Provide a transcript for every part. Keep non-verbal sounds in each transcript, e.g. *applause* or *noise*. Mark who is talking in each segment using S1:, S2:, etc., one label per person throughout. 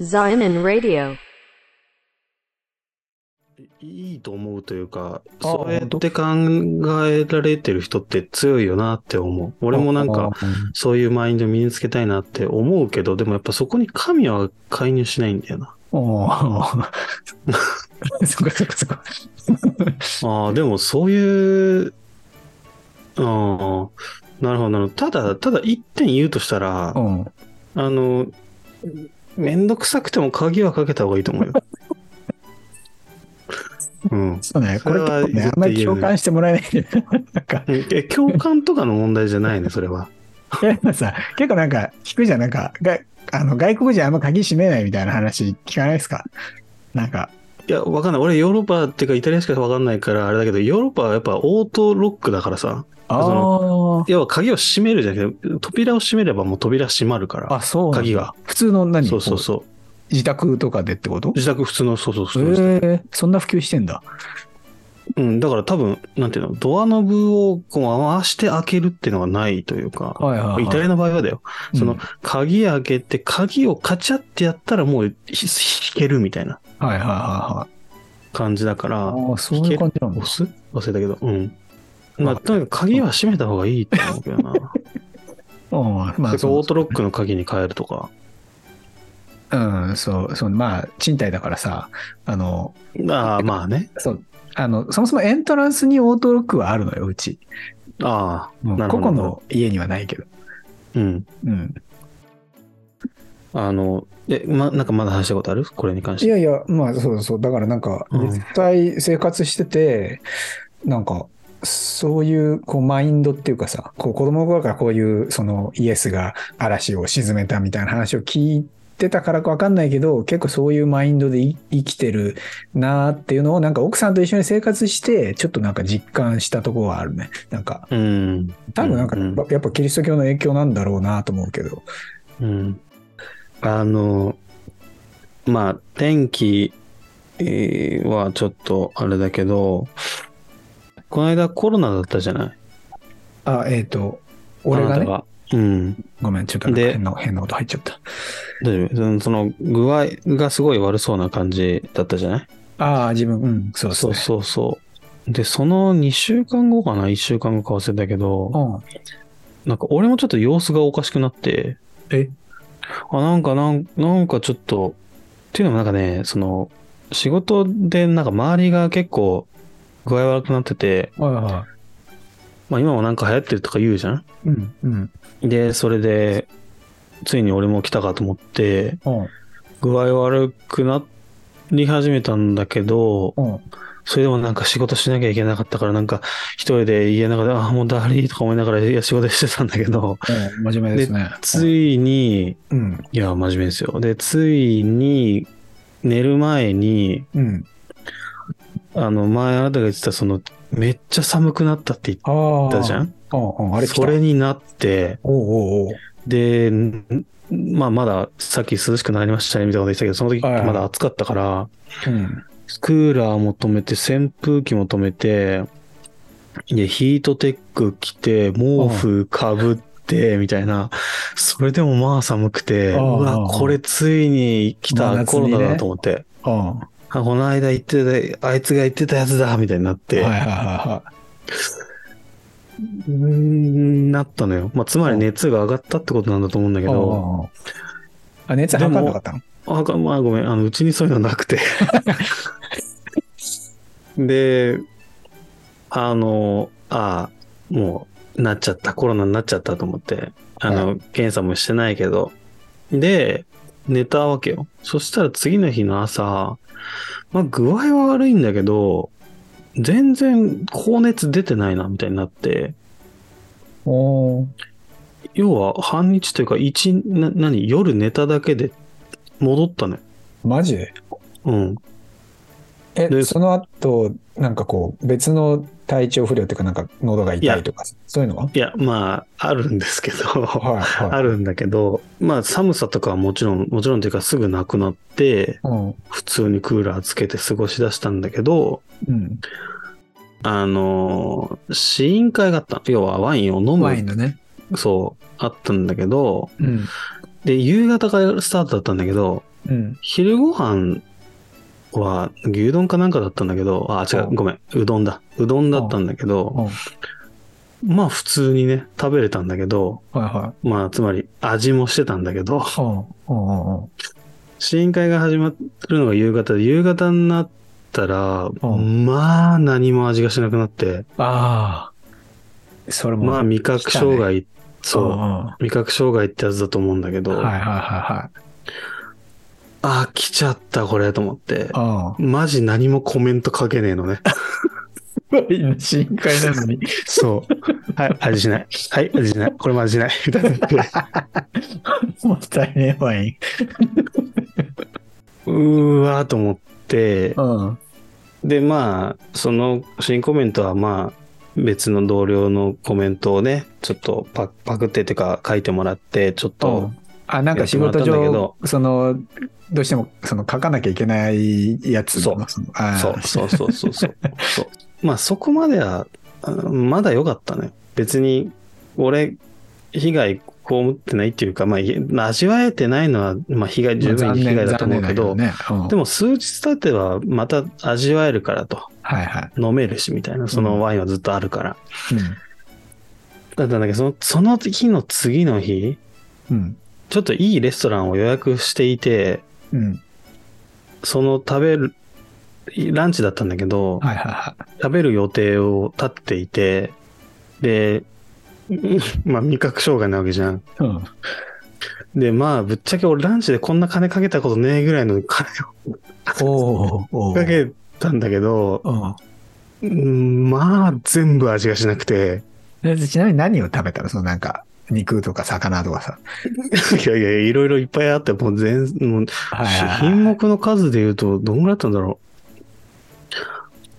S1: Zion Radio.
S2: いいと思うというか、
S3: あ
S2: それ
S3: 本当
S2: って考えられてる人って強いよなって思う。俺もなんか、
S3: あ、
S2: そういうマインド身につけたいなって思うけど、でもやっぱそこに神は介入しないんだよな。
S3: おー *laughs* そっかそっかそっか。
S2: ああ、でもそういう、ああ、なるほどなるほど。ただ、ただ一点言うとしたら
S3: う、ん。
S2: あの、めんどくさくても鍵はかけた方がいいと思う *laughs* よ。うん。
S3: そうね。これ
S2: それは
S3: 結構ね、あんまり共感してもらえないけど、 *laughs* なんか、
S2: え、共感とかの問題じゃないね、それは。
S3: いやでもさ、結構なんか、聞くじゃん、なんか、があの外国人あんま鍵閉めないみたいな話聞かないですかなんか、
S2: いや、わかんない。俺、ヨーロッパっていうか、イタリアしかわかんないから、あれだけど、ヨーロッパはやっぱオートロックだからさ。
S3: あ
S2: そ
S3: ー
S2: 要は、鍵を閉めるじゃなくて、扉を閉めればもう扉閉まるから、
S3: あ、そうなんだ
S2: 鍵が。
S3: 普通の何
S2: そうそう
S3: こ
S2: そう
S3: 自宅とかでってこと
S2: う。自宅普通の、そうそう、普
S3: え
S2: 通の自宅。
S3: ーそんな普及してんだ。
S2: うん、だから多分、なんていうの、ドアノブをこう回して開けるっていうのがないというか、
S3: はいはいはい
S2: イタリアの場合はだよ。その
S3: うん、
S2: 鍵開けて、鍵をカチャってやったらもうひ引けるみたいな
S3: はいはいはいはい。
S2: 感じだから、
S3: ああ、そういう感じなんだ
S2: 押。す忘れたけど、うん。まあ、とにかく鍵は閉めた方がいいと思うけどな。
S3: うん、
S2: そ
S3: まあ
S2: れかオ
S3: そ
S2: ートロックの鍵に変えるとか。
S3: う、うん、そう、そう、まあ、賃貸だからさ、あの、
S2: ああ、まあね。
S3: そう、あの、そもそもエントランスにオートロックはあるのよ、うち。
S2: ああ、
S3: うん
S2: なる
S3: 個
S2: ほど
S3: 々の家にはないけど。
S2: うん。
S3: うん。
S2: あの、え、ま、なんかまだ話したことあるこれに関し
S3: い
S2: て。
S3: やいや、まあそうそう。だからなんか、
S2: うん
S3: 実際生活してて、なんか、そういう、こう、マインドっていうかさ、こう、子供の頃からこういう、その、イエスが嵐を沈めたみたいな話を聞いてたからかわかんないけど、結構そういうマインドでい生きてるなーっていうのを、なんか奥さんと一緒に生活して、ちょっとなんか実感したところはあるね。なんか、
S2: うん。
S3: 多分なんか、
S2: うん
S3: やっぱキリスト教の影響なんだろうなと思うけど。
S2: うん。あの、まあ、天気えーはちょっとあれだけど、この間コロナだったじゃない
S3: あ、えっ、と、俺が
S2: あな
S3: ね
S2: た、が。うん。
S3: ごめん、ちょっとなんか
S2: で
S3: 変な、変なこと入っちゃった。
S2: 大丈夫その。その具合がすごい悪そうな感じだったじゃない
S3: ああ、自分、うん、そうです
S2: そう
S3: ね。
S2: そうそう。で、その2週間後かな ?1 週間後か忘れたけど、
S3: うん。
S2: なんか俺もちょっと様子がおかしくなって、
S3: え
S2: あ、なんかなん、なんかちょっと、っていうのもなんかね、その、仕事でなんか周りが結構具合悪くなってて、
S3: はいは
S2: まあ今もなんか流行ってるとか言うじゃん
S3: い。うん、うん、
S2: で、それで、ついに俺も来たかと思って、
S3: うん、
S2: 具合悪くなり始めたんだけど、
S3: うん。
S2: それでもなんか仕事しなきゃいけなかったから、なんか一人で家の中で、あ、もうだりーとか思いながら、いや、仕事してたんだけど、
S3: 真面目ですね。
S2: ついに、
S3: うん、
S2: いや、真面目ですよ。で、ついに、寝る前に、
S3: うん。
S2: あの、前あなたが言ってた、その、めっちゃ寒くなったって言
S3: ああ。
S2: ったじゃ
S3: ん。
S2: ん
S3: うん、うん、あれ来た。
S2: それになって、
S3: おうおうおう
S2: で、んまあ、まだ、さっき涼しくなりましたね、みたいなこと言ってたけど、その時、
S3: はいはい
S2: まだ暑かったから、
S3: うん。
S2: クーラーも止めて、扇風機も止めて、で、ヒートテック着て、毛布かぶって、みたいな。それでもまあ寒くて、
S3: ああ
S2: うわ、これついに来
S3: 真
S2: た
S3: 夏
S2: コ
S3: に
S2: ロ
S3: ね
S2: ナだと思って。
S3: うん。は
S2: あ、この間言ってた、あいつが言ってたやつだ、みたいになっ
S3: い
S2: て、
S3: はいはいは
S2: うーん、なったのよ。まあ、つまり熱が上がったってことなんだと思うんだ
S3: い。
S2: けど、
S3: うんうんうんあ、熱測んなかったの
S2: あ、ごまあ、ごめん、あの、うちにそういうのなくて。で、あの、あもう、なっちゃった、コロナになっちゃったと思って、あの、検査もしてないけど。で、寝たわけよ。そしたら次の日の朝、まあ、具合は悪いんだけど、全然高熱出てないな、みたいになって、
S3: おー
S2: 要は半日というか、一、な、何、夜寝ただけで戻ったのよ。
S3: マジで
S2: うん。
S3: え、
S2: で
S3: その後、なんかこう、別の体調不良っていうか、なんか喉が痛いとか、そういうのはい
S2: や、まあ、あるんですけど、
S3: はいはい。
S2: あるんだけど、まあ、寒さとかはもちろん、もちろんというか、すぐなくなって、
S3: うん。
S2: 普通にクーラーつけて過ごしだしたんだけど、
S3: うん。
S2: あのー、試飲会があった。要はワインを飲
S3: ワイン
S2: む、
S3: のね。
S2: そう、あったんだけど、
S3: うん。
S2: で、夕方からスタートだったんだけど、
S3: うん。
S2: 昼ご飯は牛丼かなんかだったんだけど、あ、違
S3: う
S2: う、
S3: ん
S2: ごめん、うどんだ。うどんだったんだけど、
S3: はい
S2: まあ普通にね、食べれたんだけど、
S3: は
S2: まあつまり味もしてたんだけど、
S3: い。うん。うんうんうん。
S2: 試飲会が始まるのが夕方で、夕方になったら、
S3: ん
S2: まあ何も味がしなくなって、
S3: ああ。それも。
S2: まあ味覚障害、
S3: うん
S2: そう、
S3: んは
S2: 味覚障害ってやつだと思うんだけ
S3: い
S2: ど、
S3: はいはいは
S2: あ、来ちゃったこれと思って
S3: い。、ああ。
S2: マジ何もコメント書けねえのね。
S3: 深海なのに。
S2: *laughs* そう。はい、味しない。はい、味しない。これも味しない。みたいになって
S3: もったいねえワイン。
S2: *laughs* うーわーと思って、
S3: うん。
S2: で、まあ、その新コメントはまあ、別の同僚のコメントをね、ちょっとパパクってっていうか書いてもらって、ちょっと、
S3: あ、なんか仕事
S2: やってもらったんだ
S3: 上、その、どうしても、その書かなきゃいけないやつ
S2: そう
S3: の。そのああ
S2: そうそうそうそう *laughs* そうそう。まあ、そこまでは、あのまだ良かったね。別に、俺、被害被ってないっていうか、まあ、いまあ味わえてないのは、まあ、被害、十分に被害だと思うけど、
S3: 残念だけどねうん
S2: でも数日経てはまた味わえるからと、
S3: はいは
S2: 飲めるしみたいな、そのワインはずっとあるから。
S3: い。
S2: だったんだけど、そのその日の次の日、
S3: うん。
S2: ちょっといいレストランを予約していて、
S3: うん。うん。
S2: その食べる、ランチだったんだけど、
S3: はいはいは
S2: 食べる予定を立っていて、で、 *laughs* うんまあ味覚障害なわけじゃん。
S3: い。うん。
S2: で、まあぶっちゃけ俺ランチでこんな金かけたことねえぐらいの金
S3: おーお
S2: を
S3: ー
S2: かけたんだけど、
S3: うん
S2: うんまあ全部味がしなくて、 *laughs*
S3: でちなみに何を食べたのそのなんか、肉とか魚とかさ。
S2: いやいや、いろいろいっぱいあって、もう全、もう、
S3: は
S2: 品目の数で言うと、どんぐらいあったんだろ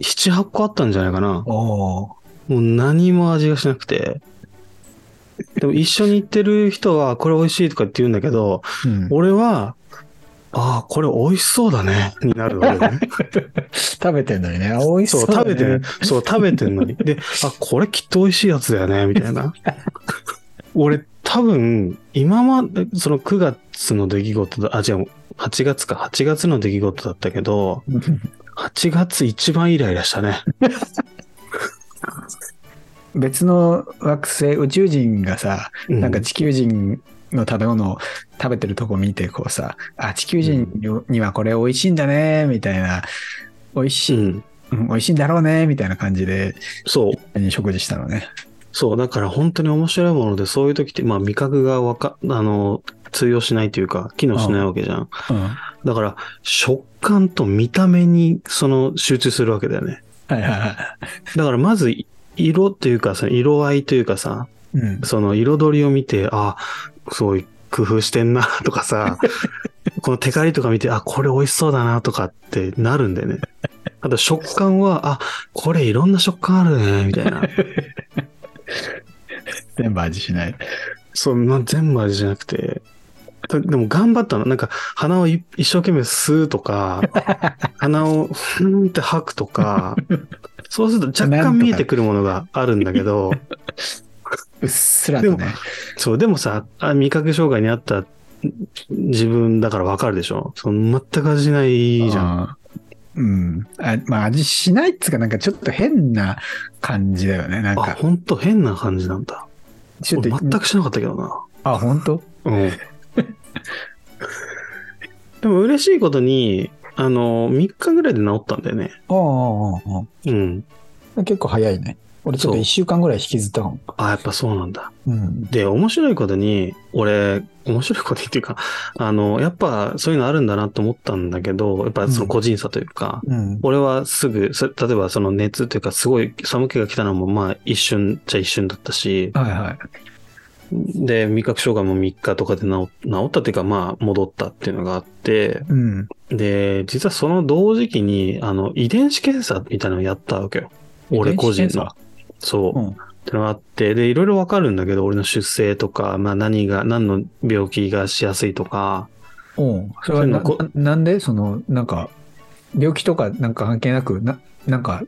S2: う。7、8個あったんじゃないかな。
S3: おー
S2: もう何も味がしなくて。でも一緒に行ってる人は、これ美味しいとかって言うんだけど、
S3: うん
S2: 俺は、ああ、これ美味しそうだね、になるわけだ
S3: *laughs*
S2: ね。
S3: 食べてんのにね。美味し
S2: そ、
S3: そううだ
S2: 食
S3: ね、
S2: べてる。そう、食べてんのに。で、あ、これきっと美味しいやつだよね、みたい
S3: *laughs*
S2: な。俺、多分、今まで、その9月の出来事だ、あ、違う、8月か、8月の出来事だったけど、8月一番イライラしたね。
S3: *laughs* 別の惑星、宇宙人がさ、なんか
S2: う
S3: 地球人の食べ物を食べてるとこ見て、こうさ、あ、地球人にはこれ美味しいんだね、みたいな、美味し
S2: う
S3: い、
S2: ん、
S3: うん美味しいんだろうね、みたいな感じで、
S2: そう、
S3: 食事したのね。
S2: そう、だから本当に面白いもので、そういう時って、まあ味覚がわか、あの、通用しないというか、機能しないわけじゃん。
S3: うん。
S2: だから、食感と見た目に、その、集中するわけだよね。
S3: はいはいは
S2: だからまず、い色っていうかさ、色合いというかさ、
S3: い。うん。
S2: その彩りを見て、あ、そういう工夫してんなとかさ、このテカリとか見て、あ、これ美味しそうだなとかってなるんだよね。あと食感は、あ、これいろんな食感あるね、みたいな。
S3: 全部味しない。
S2: そう、ま、全部味じゃなくて。とでも頑張ったの。なんか鼻をい一生懸命吸うと
S3: *laughs*
S2: か、鼻をふーんって吐くとか、そうすると若
S3: なんと
S2: 干
S3: か
S2: 見えてくるものがあるんだけど、
S3: うっすらとね。
S2: そう、でもさ、あ味覚障害にあったん自分だからわかるでしょその全く味しないじゃん。
S3: ん。うん。あまあ、味しないっつうか、なんかちょっと変な感じだよね。なん
S2: あ、
S3: か、
S2: ほんと変な感じなんだ。
S3: ちょっ
S2: 俺
S3: と、
S2: 全くしなかったけどな。
S3: あ、本当
S2: うん。でも嬉しいことに、あの、3日ぐらいで治ったんだよね。
S3: ああ、あ
S2: うん。
S3: あ。結構早いね。俺
S2: ちょっと一
S3: 週間ぐらい引きずったかも。
S2: あ、やっぱそうなんだ。
S3: うん。
S2: で、面白いことに、俺、面白いことにっていうか、あの、やっぱそういうのあるんだなと思ったんだけど、やっぱその個人差というか、
S3: うん。
S2: 俺はすぐ、そ例えばその熱というか、すごい寒気が来たのも、まあ一瞬じゃ一瞬だったし、
S3: はいはい。
S2: で、味覚障害も3日とかで治治ったっていうか、まあ戻ったっていうのがあって、
S3: うん。
S2: で、実はその同時期に、あの、遺伝子検査みたいなのをやったわけよ。俺個人の。そう。
S3: うん
S2: ってのがあって、で、いろいろわかるんだけど、俺の出生とか、まあ何が、何の病気がしやすいとか、
S3: うん。それはな
S2: そういうの
S3: ななんでその、なんか、病気とかなんか関係なく、な、なんか、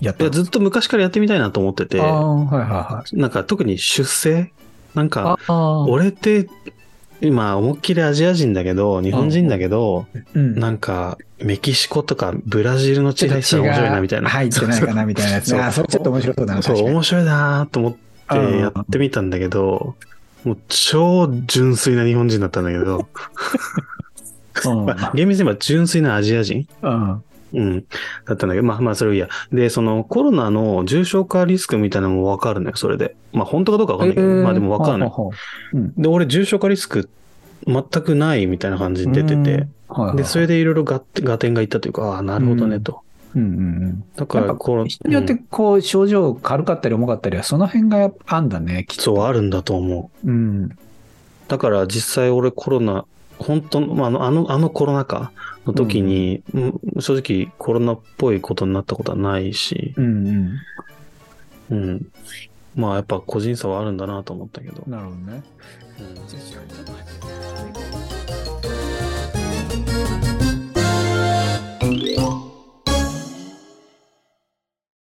S3: やっ
S2: い
S3: た
S2: やずっと昔からやってみたいなと思ってて
S3: あ、あ、はいはいはい。
S2: なんか特に出生なんか、
S3: ああ。
S2: 俺って今、思いっきりアジア人だけど、日本人だけど、
S3: うん。
S2: なんか、メキシコとかブラジルの地雷したら面白いな、みたいな。
S3: 入ってないかなみたいなや
S2: *laughs*
S3: つ
S2: そう
S3: ね。
S2: そう
S3: あ、それちょっと面白そうだな。
S2: そう、
S3: 確かに
S2: 面白いなーと思ってやってみたんだけど、もう超純粋な日本人だったんだけど、まあ厳密に言えば純粋なアジア人
S3: うん。うん。
S2: うん。だったんだけど、まあまあ、それはいいや。で、そのコロナの重症化リスクみたいなのもわかるのよ、それで。まあ、本当かどうかわかんないけど、まあでもわかるのよ。
S3: ほうほ
S2: で、俺、重症化リスク全くないみたいな感じ
S3: う
S2: で出てて、。
S3: うん
S2: で、それ、でいろいろ合点がいったというか、ああ、なるほどね、と。
S3: うんうんうん。
S2: だか
S3: や
S2: ら、
S3: っぱ
S2: コロナ。
S3: 人によって
S2: うん
S3: こう症状軽かったり重かったりはその辺がやっぱあんだねきっと。
S2: そう、あるんだと思う。
S3: うん。
S2: だから、実際俺、コロナ、本当の、まあ、あの、あのあのコロナ禍の時に、うん正直、コロナっぽいことになったことはないし、
S3: うんうん。
S2: うん。まあ、やっぱ個人差はあるんだなと思ったけど。
S3: なるほどね。
S2: うん
S3: ちょっと待って